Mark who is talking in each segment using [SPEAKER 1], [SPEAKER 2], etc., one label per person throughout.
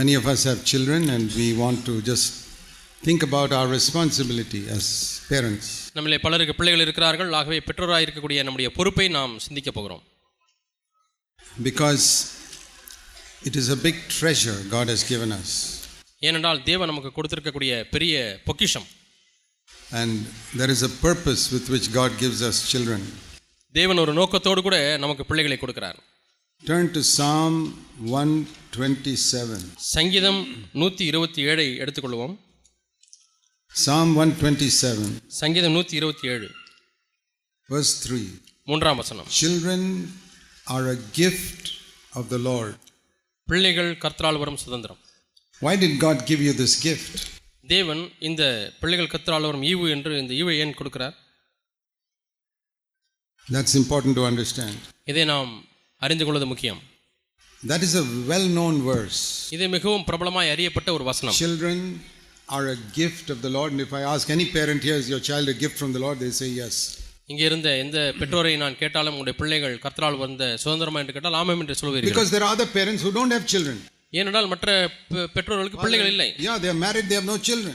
[SPEAKER 1] Many of us have children, and we want to just think about our responsibility as parents.
[SPEAKER 2] நம்மளே பலருக்கு பிள்ளைகள் இருக்கிறார்கள் ஆகவே பெற்றோராக இருக்கக்கூடிய நம்முடைய பொறுப்பை நாம் சிந்திக்க போகிறோம்
[SPEAKER 1] Because it is a big treasure God has given us.
[SPEAKER 2] ஏனென்றால் தேவன் நமக்கு கொடுத்திருக்கக்கூடிய பெரிய பொக்கிஷம்
[SPEAKER 1] And there is a purpose with which God gives us children.
[SPEAKER 2] தேவன் ஒரு நோக்கத்தோடு கூட நமக்கு பிள்ளைகளை கொடுக்கிறார்
[SPEAKER 1] Turn to Psalm 127.
[SPEAKER 2] சங்கீதம் நூற்றி இருபத்தி ஏழை எடுத்துக்கொள்வோம்
[SPEAKER 1] Psalm 127,
[SPEAKER 2] சங்கீதம் நூற்றி இருபத்தி ஏழு
[SPEAKER 1] verse 3.
[SPEAKER 2] மூன்றாம் வசனம்
[SPEAKER 1] Children are a gift of the Lord.
[SPEAKER 2] பிள்ளைகள் கர்த்தரால் வரும் சுதந்திரம்
[SPEAKER 1] Why did God give you this gift?
[SPEAKER 2] தேவன் இந்த பிள்ளைகள் கர்த்தரால் வரும் ஈவு என்று இந்த ஈவை ஏன் கொடுக்கிறார்
[SPEAKER 1] That's important to understand.
[SPEAKER 2] இதை நாம் அறிந்து கொள்வது முக்கியம்
[SPEAKER 1] That is a well known verse.
[SPEAKER 2] இது மிகவும் பிரபலமாய் அறியப்பட்ட ஒரு வசனம்
[SPEAKER 1] Children are a gift of the Lord. And if I ask any parent here, is your child a gift from the Lord? They say yes.
[SPEAKER 2] இங்கே இருந்த எந்த பெற்றோரை நான் கேட்டாலும் உங்களுடைய பிள்ளைகள் கர்த்தரால் வந்த சுதந்திரமா என்று கேட்டால் ஆமாம் என்று சொல்வீர்கள்
[SPEAKER 1] Because there are other parents who don't have children.
[SPEAKER 2] ஏனென்றால் மற்ற பெ- பெற்றோர்களுக்கு பிள்ளைகள் இல்லை
[SPEAKER 1] Yeah, they are married, they have no children.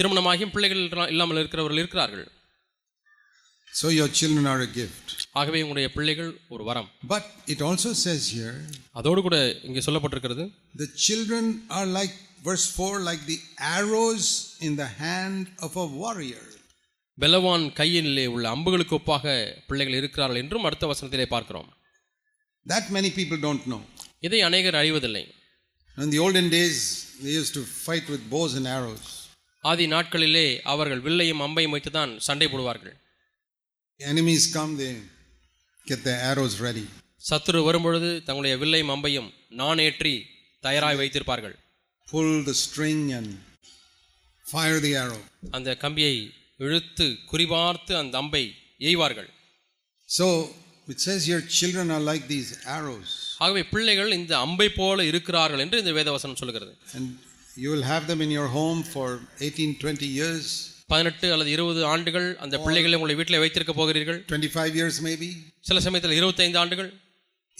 [SPEAKER 2] திருமணமாகியும் பிள்ளைகள் இல்லா- இல்லாமல் இருக்கிறவர்கள் இருக்கிறார்கள்
[SPEAKER 1] So your children are a gift.
[SPEAKER 2] ஆகவே உங்களுடைய பிள்ளைகள் ஒரு வரம்
[SPEAKER 1] But it also says here,
[SPEAKER 2] அதோடு கூட இங்கே சொல்லப்பட்டிருக்கிறது
[SPEAKER 1] the children are like, verse 4, like the arrows in the hand of a warrior.
[SPEAKER 2] பெலவான் கையிலே உள்ள அம்புகளுக்கு ஒப்பாக பிள்ளைகள் இருக்கிறார்கள் என்றும் அடுத்த வசனத்திலே பார்க்கிறோம்
[SPEAKER 1] That many people don't know.
[SPEAKER 2] இதை அநேகர் அறிவதில்லை
[SPEAKER 1] In the olden days, they used to fight with bows and arrows.
[SPEAKER 2] ஆதி நாட்களிலே அவர்கள் வில்லையும் அம்பையும் வைத்துதான் சண்டை போடுவார்கள்
[SPEAKER 1] Enemies come, they get their arrows ready.
[SPEAKER 2] சத்துரு வரும்பொழுது தங்களுடைய வில்லையும் அம்பையும் நாணேற்றி தயாராய் வைத்திருப்பார்கள்
[SPEAKER 1] pull the string and fire the arrow.
[SPEAKER 2] அந்த கம்பியை இழுத்து குறிபார்த்து அந்த அம்பை எய்வார்கள்
[SPEAKER 1] So it says here, children are like these arrows,
[SPEAKER 2] ஆகவே பிள்ளைகள் இந்த அம்பை போல இருக்கிறார்கள் என்று இந்த வேதவசனம் சொல்கிறது
[SPEAKER 1] and you will have them in your home for 18, 20 years,
[SPEAKER 2] பதினெட்டு அல்லது இருபது ஆண்டுகள் அந்த பிள்ளைகளை உங்களை வீட்டில் வைத்திருக்க போகிறீர்கள்
[SPEAKER 1] 25 years maybe.
[SPEAKER 2] சில சமயத்தில் இருபத்தைந்து ஆண்டுகள்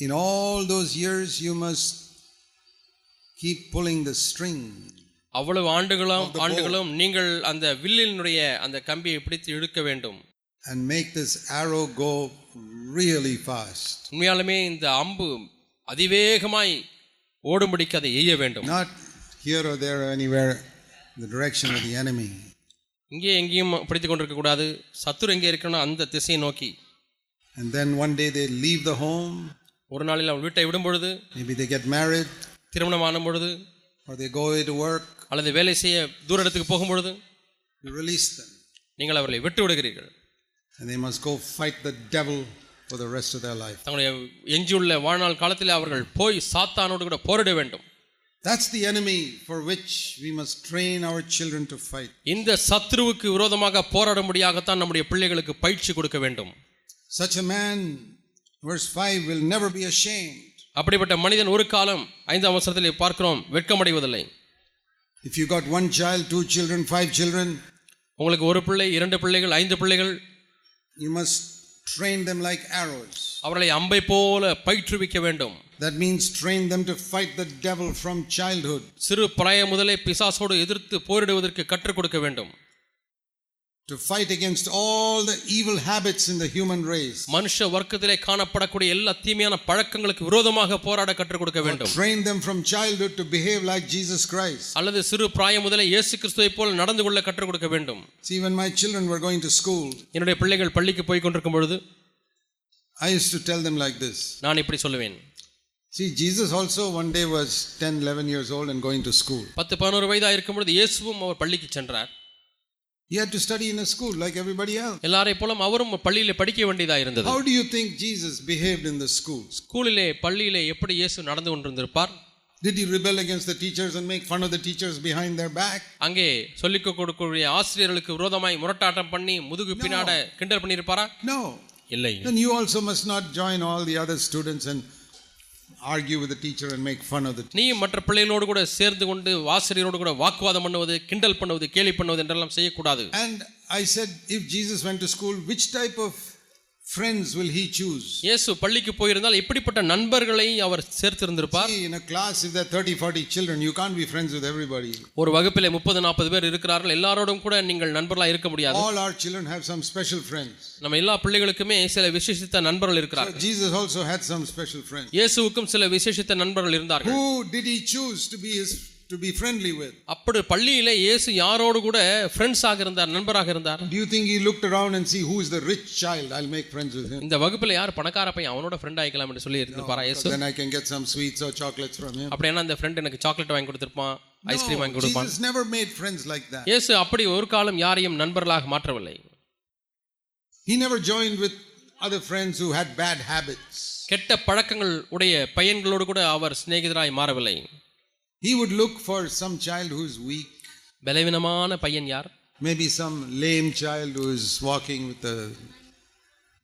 [SPEAKER 1] In all those years, you must keep pulling the string.
[SPEAKER 2] அவ்வளவு ஆண்டுகளும் ஆண்டுகளும் நீங்கள் அந்த வில்லினுடைய அந்த கம்பியை பிடித்து இழுக்க வேண்டும்
[SPEAKER 1] And make this arrow go really fast.
[SPEAKER 2] உண்மையாலுமே இந்த அம்பு அதிவேகமாய் ஓடும்படிக்கு அதை எய்ய வேண்டும்
[SPEAKER 1] Not here or there or anywhere, in the direction of the enemy.
[SPEAKER 2] இங்கே எங்கேயும் பிடித்து கொண்டிருக்க கூடாது சத்துரு எங்கே இருக்கணும் அந்த திசையை நோக்கி
[SPEAKER 1] And then one day they leave the home,
[SPEAKER 2] ஒரு நாளில் அவள் வீட்டை விடும் பொழுது
[SPEAKER 1] maybe they get married,
[SPEAKER 2] திருமணமான பொழுது
[SPEAKER 1] or they go away to work,
[SPEAKER 2] அல்லது வேலை செய்ய தூர இடத்துக்கு போகும் பொழுது
[SPEAKER 1] you release them.
[SPEAKER 2] நீங்கள் அவர்களை விட்டு விடுகிறீர்கள்
[SPEAKER 1] And they must go fight the devil for the rest of their life.
[SPEAKER 2] தங்களுடைய எஞ்சியுள்ள வாழ்நாள் காலத்தில் அவர்கள் போய் சாத்தானோடு கூட போரிட வேண்டும்
[SPEAKER 1] That's the enemy for which we must train our children to fight.
[SPEAKER 2] இந்த சத்ருவுக்கு விரோதமாக போராடும்படியாகத்தான் நம்முடைய பிள்ளைகளுக்கு பயிற்சி கொடுக்க வேண்டும்
[SPEAKER 1] Such a man, verse 5, will never be ashamed.
[SPEAKER 2] அப்படிப்பட்ட மனிதன் ஒரு காலம் ஐந்தாம் அவசரத்தில் பார்க்கிறோம் வெட்கமடைவதில்லை
[SPEAKER 1] If you got one child, two children, five children,
[SPEAKER 2] உங்களுக்கு ஒரு பிள்ளை இரண்டு பிள்ளைகள் ஐந்து பிள்ளைகள்
[SPEAKER 1] you must train them like arrows.
[SPEAKER 2] அவர்களை அம்பை போல பயிற்றுவிக்க வேண்டும்
[SPEAKER 1] That means train them to fight the devil from childhood,
[SPEAKER 2] சிறு பிராயம் முதலே பிசாசோடு எதிர்த்து போரிடுவதற்கு கற்றுக் கொடுக்க வேண்டும்
[SPEAKER 1] to fight against all the evil habits in the human race.
[SPEAKER 2] மனுஷ வர்க்கத்திலே காணப்படக்கூடிய எல்லா தீமையான பழக்கங்களுக்கு விரோதமாக போராட கற்றுக் கொடுக்க வேண்டும்
[SPEAKER 1] Train them from childhood to behave like Jesus Christ.
[SPEAKER 2] அல்லது சிறு பிராயம் முதலே இயேசு கிறிஸ்துவைப் போல் நடந்து கொள்ள கற்றுக் கொடுக்க வேண்டும்
[SPEAKER 1] See, when my children were going to school,
[SPEAKER 2] என்னுடைய பிள்ளைகள் பள்ளிக்கு போய் கொண்டிருக்கும் பொழுது
[SPEAKER 1] I used to tell them like this.
[SPEAKER 2] நான் இப்படி சொல்லுவேன்
[SPEAKER 1] See, Jesus also one day was 10, 11 years old and going to school.
[SPEAKER 2] பத்து பதினோரு வயதாக இருக்கும் பொழுது இயேசுவும் அவர் பள்ளிக்கு சென்றார்
[SPEAKER 1] He had to study in a school like everybody else.
[SPEAKER 2] எல்லாரை போலும் அவரும் பள்ளியிலே படிக்க வேண்டியதாக இருந்தது
[SPEAKER 1] How do you think Jesus behaved in the school?
[SPEAKER 2] ஸ்கூலிலே பள்ளியிலே எப்படி இயேசு நடந்து கொண்டிருந்திருப்பார்
[SPEAKER 1] Did he rebel against the teachers and make fun of the teachers behind their back?
[SPEAKER 2] அங்கே சொல்லிக் கொடுக்கக்கூடிய ஆசிரியர்களுக்கு விரோதமாய் முரட்டாட்டம் பண்ணி முதுகு பின்னாட கிண்டல் பண்ணியிருப்பாரா
[SPEAKER 1] No.
[SPEAKER 2] இல்லை
[SPEAKER 1] Then you also must not join all the other students and argue with the teacher and make fun of the teacher.
[SPEAKER 2] நீயும் மற்ற பிள்ளைகளோடு கூட சேர்ந்து கொண்டு ஆசிரியரோடு கூட வாக்குவாதம் பண்ணுவது கிண்டல் பண்ணுவது கேலி பண்ணுவது என்றெல்லாம் செய்யக்கூடாது
[SPEAKER 1] And I said, if Jesus went to school, which type of friends will he choose?
[SPEAKER 2] இயேசு பள்ளிக்கு போயிருந்தால் எப்படிப்பட்ட நண்பர்களை அவர் சேர்த்திருந்திருப்பார்
[SPEAKER 1] See, in a class, if there are 30, 40 children, you can't be friends with everybody.
[SPEAKER 2] ஒரு வகுப்பிலே முப்பது நாற்பது பேர் இருக்கிறார்கள் எல்லாரோடும் கூட நீங்கள் நண்பர்களா இருக்க முடியாது
[SPEAKER 1] All our children have some special friends.
[SPEAKER 2] நம்ம எல்லா பிள்ளைகளுக்குமே சில விசேஷித்த நண்பர்கள்
[SPEAKER 1] So
[SPEAKER 2] இருக்கிறார்கள்
[SPEAKER 1] Jesus also had some special friends.
[SPEAKER 2] இயேசுவுக்கும் சில விசேஷித்த நண்பர்கள் இருந்தார்கள்
[SPEAKER 1] Who did he choose to be his to be friendly with?
[SPEAKER 2] அப்படி பள்ளியிலே இயேசு யாரோடு கூட friends ஆக இருந்தார் நண்பராக இருந்தார்
[SPEAKER 1] Do you think he looked around and see who is the rich child? I'll make friends with him.
[SPEAKER 2] இந்த வகுப்புல யார் பணக்கார பையன் அவனோட ஃப்ரெண்ட் ஆகிக்கலாம் என்று சொல்லி இருந்திருப்பாரா
[SPEAKER 1] So
[SPEAKER 2] இயேசு
[SPEAKER 1] then I can get some sweets or chocolates from him.
[SPEAKER 2] அப்படின்னா அந்த ஃப்ரெண்ட் எனக்கு சாக்லேட் வாங்கி கொடுத்திருப்பான் ஐஸ்கிரீம் வாங்கி கொடுப்பான்
[SPEAKER 1] Jesus never made friends like that.
[SPEAKER 2] இயேசு அப்படி ஒரு காலம் யாரையும் நண்பர்களாக மாற்றவில்லை
[SPEAKER 1] He never joined with other friends who had bad habits.
[SPEAKER 2] கெட்ட பழக்கங்கள் உடைய பையன்களோடு கூட அவர் சிநேகிதராய் மாறவில்லை
[SPEAKER 1] He would look for some child who is weak,
[SPEAKER 2] பலவீனமான பையன் யார்
[SPEAKER 1] maybe some lame child who is walking with a,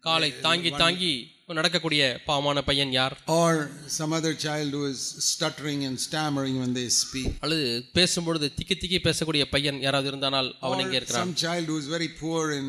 [SPEAKER 2] காலை தாங்கி தாங்கி நடக்கக்கூடிய பாவமான பையன் யார்
[SPEAKER 1] or some other child who is stuttering and stammering when they speak,
[SPEAKER 2] அல்லது பேசும்பொழுது திக்கி திக்கி பேசக்கூடிய பையன் யாராவது இருந்தானால் அவன் எங்கே
[SPEAKER 1] or
[SPEAKER 2] இருக்கிறான்
[SPEAKER 1] some child who is very poor in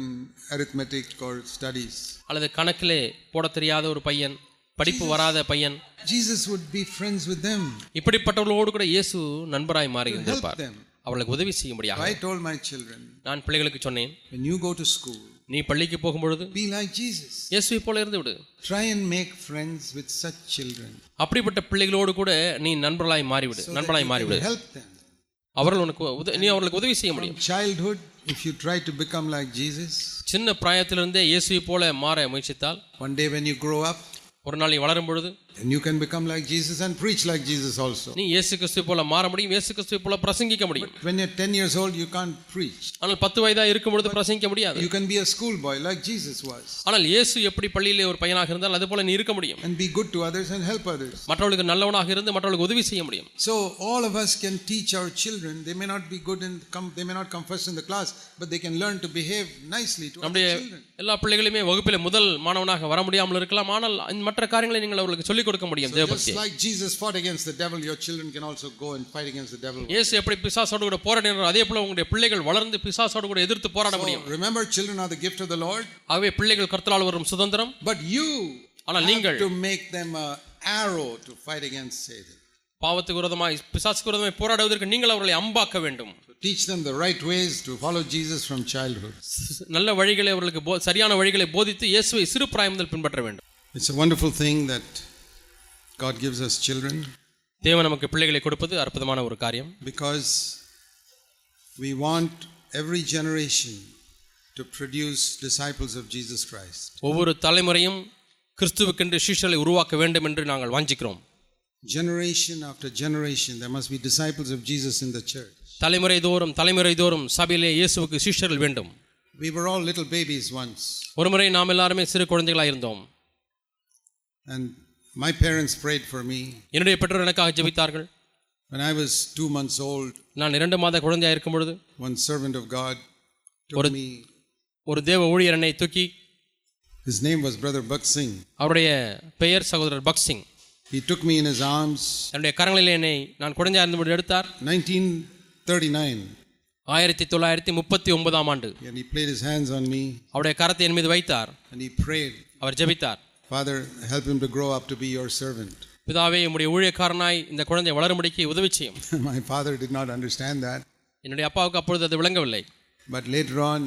[SPEAKER 1] arithmetic or studies.
[SPEAKER 2] அல்லது கணக்கிலே போட தெரியாத ஒரு பையன் படிப்பு வராத பையன்
[SPEAKER 1] Jesus would be friends with them.
[SPEAKER 2] இப்படிப்பட்டவர்களோடு கூட இயேசு நண்பராய் மாறி
[SPEAKER 1] Help
[SPEAKER 2] இருந்திருப்பார்
[SPEAKER 1] them.
[SPEAKER 2] அவளுக்கு உதவி செய்யும்படியாக
[SPEAKER 1] I told my children,
[SPEAKER 2] நான் பிள்ளைகளுக்கு சொன்னேன்
[SPEAKER 1] when you go to school,
[SPEAKER 2] நீ பள்ளிக்கு போகும்பொழுது
[SPEAKER 1] be like Jesus.
[SPEAKER 2] இயேசுவை போல இருந்து விடு
[SPEAKER 1] Try and make friends with such children.
[SPEAKER 2] அப்படிப்பட்ட பிள்ளைகளோடு கூட நீ நண்பர்களாய் மாறிவிடு
[SPEAKER 1] so that
[SPEAKER 2] நண்பனாய்
[SPEAKER 1] you can
[SPEAKER 2] மாறிவிடு
[SPEAKER 1] Help them.
[SPEAKER 2] அவர்கள் உனக்கு உத- நீ அவர்களுக்கு உதவி செய்ய முடியும்
[SPEAKER 1] Childhood, if you try to become like Jesus,
[SPEAKER 2] சின்ன பிராயத்திலிருந்தே இயேசுவை போல மாற முயற்சித்தால்
[SPEAKER 1] one day when you grow up,
[SPEAKER 2] ஒரு நாள் நீ வளரும் பொழுது
[SPEAKER 1] then you can become like Jesus and preach like Jesus also.
[SPEAKER 2] நீ இயேசு கிறிஸ்துவை போல மாற முடியும் இயேசு கிறிஸ்துவை போல பிரசங்கிக்க முடியும்
[SPEAKER 1] When you're 10 years old, you can't preach.
[SPEAKER 2] ஆனால் பத்து வயதா இருக்கும் பொழுது பிரசங்கிக்க முடியாது
[SPEAKER 1] You can be a schoolboy like Jesus was
[SPEAKER 2] ஆனால் இயேசு எப்படி பள்ளியிலே ஒரு பையனாக இருந்தால் அது போல நீ இருக்க முடியும்
[SPEAKER 1] and be good to others and help others.
[SPEAKER 2] மற்றவர்களுக்கு நல்லவனாக இருந்து மற்றவர்களுக்கு உதவி செய்ய முடியும்
[SPEAKER 1] So all of us can teach our children. They may not be good in come they may not come first in the class, but they can learn to behave nicely to other
[SPEAKER 2] நம்முடைய
[SPEAKER 1] children.
[SPEAKER 2] எல்லா பிள்ளைகளுமே வகுப்பில் முதல் மாணவனாக வர முடியாமல் இருக்கலாம் ஆனால் இந்த மற்ற காரியங்களை நீங்கள் அவர்களுக்கு சொல்லிக் கொடுக்க முடியும்
[SPEAKER 1] Just
[SPEAKER 2] தேவபக்தி
[SPEAKER 1] like Jesus fought against the devil, your children can also go and fight against the devil.
[SPEAKER 2] இயேசு எப்படி பிசாசோடு கூட போராடினாரோ அதே போல உங்களுடைய பிள்ளைகள் வளர்ந்து பிசாசோடு கூட எதிர்த்து போராட முடியும்
[SPEAKER 1] Oh, Remember, children are the gift of the Lord,
[SPEAKER 2] ஆகவே பிள்ளைகள் கர்த்தரால் வரும் சுதந்திரம்
[SPEAKER 1] but you
[SPEAKER 2] ஆனால் நீங்கள்
[SPEAKER 1] to make them an arrow to fight against Satan.
[SPEAKER 2] பாவத்துக்கு விரோதமாய் பிசாசுக்கு விரோதமாய் போராடுவதற்கு நீங்கள் அவர்களை அம்பாக்க வேண்டும்
[SPEAKER 1] To teach them the right ways to follow Jesus from childhood.
[SPEAKER 2] நல்ல வழிகளை அவர்களுக்கு போ- சரியான வழிகளை போதித்து இயேசுவை சிறு பிராயம் முதல் பின்பற்ற வேண்டும்
[SPEAKER 1] It's a wonderful thing that God gives us children
[SPEAKER 2] தேவன் நமக்கு பிள்ளைகளை கொடுப்பது அற்புதமான ஒரு காரியம்
[SPEAKER 1] because we want every generation to produce disciples of Jesus Christ.
[SPEAKER 2] ஒவ்வொரு தலைமுறையும் கிறிஸ்துவுக்கென்று சீஷர்களை உருவாக்க வேண்டும் என்று நாங்கள் வாஞ்சிக்கிறோம்
[SPEAKER 1] Generation after generation, there must be disciples of Jesus in the church.
[SPEAKER 2] தலைமுறை தோறும் தலைமுறை தோறும் சபையிலே இயேசுவுக்கு சீஷர்கள் வேண்டும்
[SPEAKER 1] We were all little babies once,
[SPEAKER 2] ஒருமுறை நாம் எல்லாருமே சிறு குழந்தைகளாக இருந்தோம்
[SPEAKER 1] and my parents prayed for me.
[SPEAKER 2] என்னுடைய பெற்றோர் எனக்காக ஜெபித்தார்கள்
[SPEAKER 1] When I was two months old,
[SPEAKER 2] நான் இரண்டு மாத குழந்தையாக இருக்கும் பொழுது
[SPEAKER 1] one servant of God
[SPEAKER 2] What
[SPEAKER 1] took
[SPEAKER 2] a-
[SPEAKER 1] me.
[SPEAKER 2] ஒரு தேவ ஊழியர் என்னை தூக்கி
[SPEAKER 1] His name was Brother Bhakt Singh.
[SPEAKER 2] அவருடைய பெயர் சகோதரர் Bakht Singh
[SPEAKER 1] He took me in his arms.
[SPEAKER 2] தன்னுடைய கரங்களிலே என்னை நான் குழந்தையாக இருந்தபோது எடுத்தார்
[SPEAKER 1] 1939,
[SPEAKER 2] ஆயிரத்தி தொள்ளாயிரத்தி முப்பத்தி ஒன்பதாம் ஆண்டு
[SPEAKER 1] and he played his hands on me
[SPEAKER 2] அவருடைய கரத்தை என் மீது வைத்தார்
[SPEAKER 1] and he prayed,
[SPEAKER 2] அவர் ஜெபித்தார்
[SPEAKER 1] Father, help him to grow up to be your servant.
[SPEAKER 2] பிதாவே உம்முடைய ஊழியக்காரனாய் இந்த குழந்தை வளரும்படிக்கு உதவி செய்யும்
[SPEAKER 1] My father did not understand that,
[SPEAKER 2] என்னுடைய அப்பாவுக்கு அப்பொழுது அது விளங்கவில்லை
[SPEAKER 1] but later on,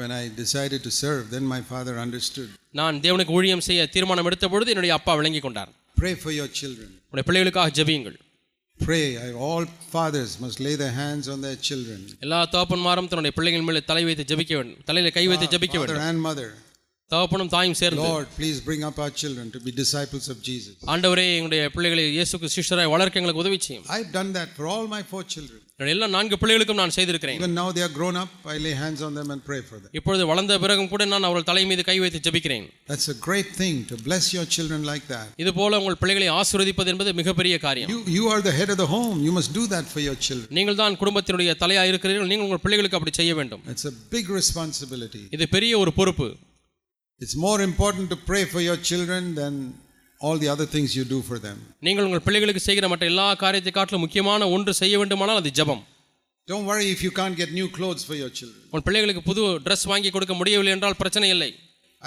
[SPEAKER 1] when I decided to serve, then my father understood.
[SPEAKER 2] நான் தேவனுக்கு ஊழியம் செய்ய தீர்மானம் எடுத்த பொழுது என்னுடைய அப்பா விளங்கி கொண்டார்
[SPEAKER 1] Pray for your children.
[SPEAKER 2] உடைய பிள்ளைகளுக்காக ஜெபியுங்கள்
[SPEAKER 1] Pray. I- All fathers must lay their hands on their children,
[SPEAKER 2] எல்லா தகப்பன்மாரும் தன்னுடைய பிள்ளைகள் மேலே தலை வைத்து ஜெபிக்க வேண்டும் தலையில கை வைத்து ஜெபிக்க
[SPEAKER 1] father
[SPEAKER 2] வேண்டும்
[SPEAKER 1] and mother.
[SPEAKER 2] தகப்பனும் தாயும் சேர்ந்து
[SPEAKER 1] Lord, please bring up our children to be disciples of Jesus.
[SPEAKER 2] ஆண்டவரே எங்களுடைய பிள்ளைகளை இயேசுக்கு சிஷ்டராய் வளர்க்க எங்களுக்கு உதவி செய்யும்
[SPEAKER 1] I've done that for all my four children.
[SPEAKER 2] என்னுடைய எல்லா நான்கு பிள்ளைகளுக்கும் நான் செய்திருக்கிறேன்
[SPEAKER 1] Even now they are grown up, I lay hands on them and pray for them.
[SPEAKER 2] இப்பொழுது வளர்ந்த பிறகும் கூட நான் அவர்கள் தலை மீது கை வைத்து ஜெபிக்கிறேன்
[SPEAKER 1] That's a great thing to bless your children like that.
[SPEAKER 2] இது போல உங்கள் பிள்ளைகளை ஆசீர்வதிப்பது என்பது மிகப்பெரிய காரியம்
[SPEAKER 1] You, you are the head of the home. You must do that for your children.
[SPEAKER 2] நீங்கள் தான் குடும்பத்தினுடைய தலையா இருக்கிறீர்கள் நீங்கள் உங்கள் பிள்ளைகளுக்கு அப்படி செய்ய வேண்டும்
[SPEAKER 1] It's a big responsibility.
[SPEAKER 2] இது பெரிய ஒரு பொறுப்பு
[SPEAKER 1] It's more important to pray for your children than all the other things you do for them.
[SPEAKER 2] நீங்கள் உங்கள் பிள்ளைகளுக்கு செய்கிற மற்ற எல்லா காரியத்தை காட்டிலும் முக்கியமான ஒன்று செய்ய வேண்டுமானால் அது ஜெபம்
[SPEAKER 1] Don't worry if you can't get new clothes for your children.
[SPEAKER 2] உங்கள் பிள்ளைகளுக்கு புது ட்ரெஸ் வாங்கி கொடுக்க முடியவில்லை என்றால் பிரச்சனை இல்லை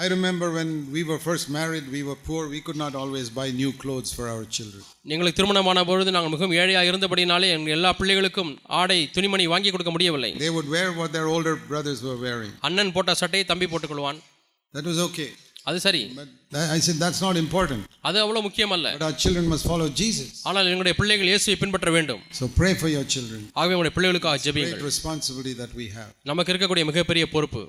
[SPEAKER 1] I remember when we were first married, we were poor. We could not always buy new clothes for our children.
[SPEAKER 2] எங்களுக்கு திருமணமான பொழுது நாங்கள் மிகவும் ஏழையாக இருந்தபடினாலே எங்கள் எல்லா பிள்ளைகளுக்கும் ஆடை துணிமணி வாங்கி கொடுக்க முடியவில்லை
[SPEAKER 1] They would wear what their older brothers were wearing.
[SPEAKER 2] அண்ணன் போட்ட சட்டையை தம்பி போட்டுக்கொள்வான்
[SPEAKER 1] That was okay.
[SPEAKER 2] அது சரி
[SPEAKER 1] But that, I said, that's not important.
[SPEAKER 2] அது அவ்வளோ முக்கியமல்ல
[SPEAKER 1] But our children must follow Jesus.
[SPEAKER 2] ஆனால் எங்களுடைய பிள்ளைகள் இயேசுவை பின்பற்ற வேண்டும்
[SPEAKER 1] So pray for your children.
[SPEAKER 2] ஆகவே உங்களுடைய பிள்ளைகளுக்காக
[SPEAKER 1] Great
[SPEAKER 2] ஜெபியுங்கள்
[SPEAKER 1] responsibility that we have.
[SPEAKER 2] நமக்கு இருக்கக்கூடிய மிகப்பெரிய பொறுப்பு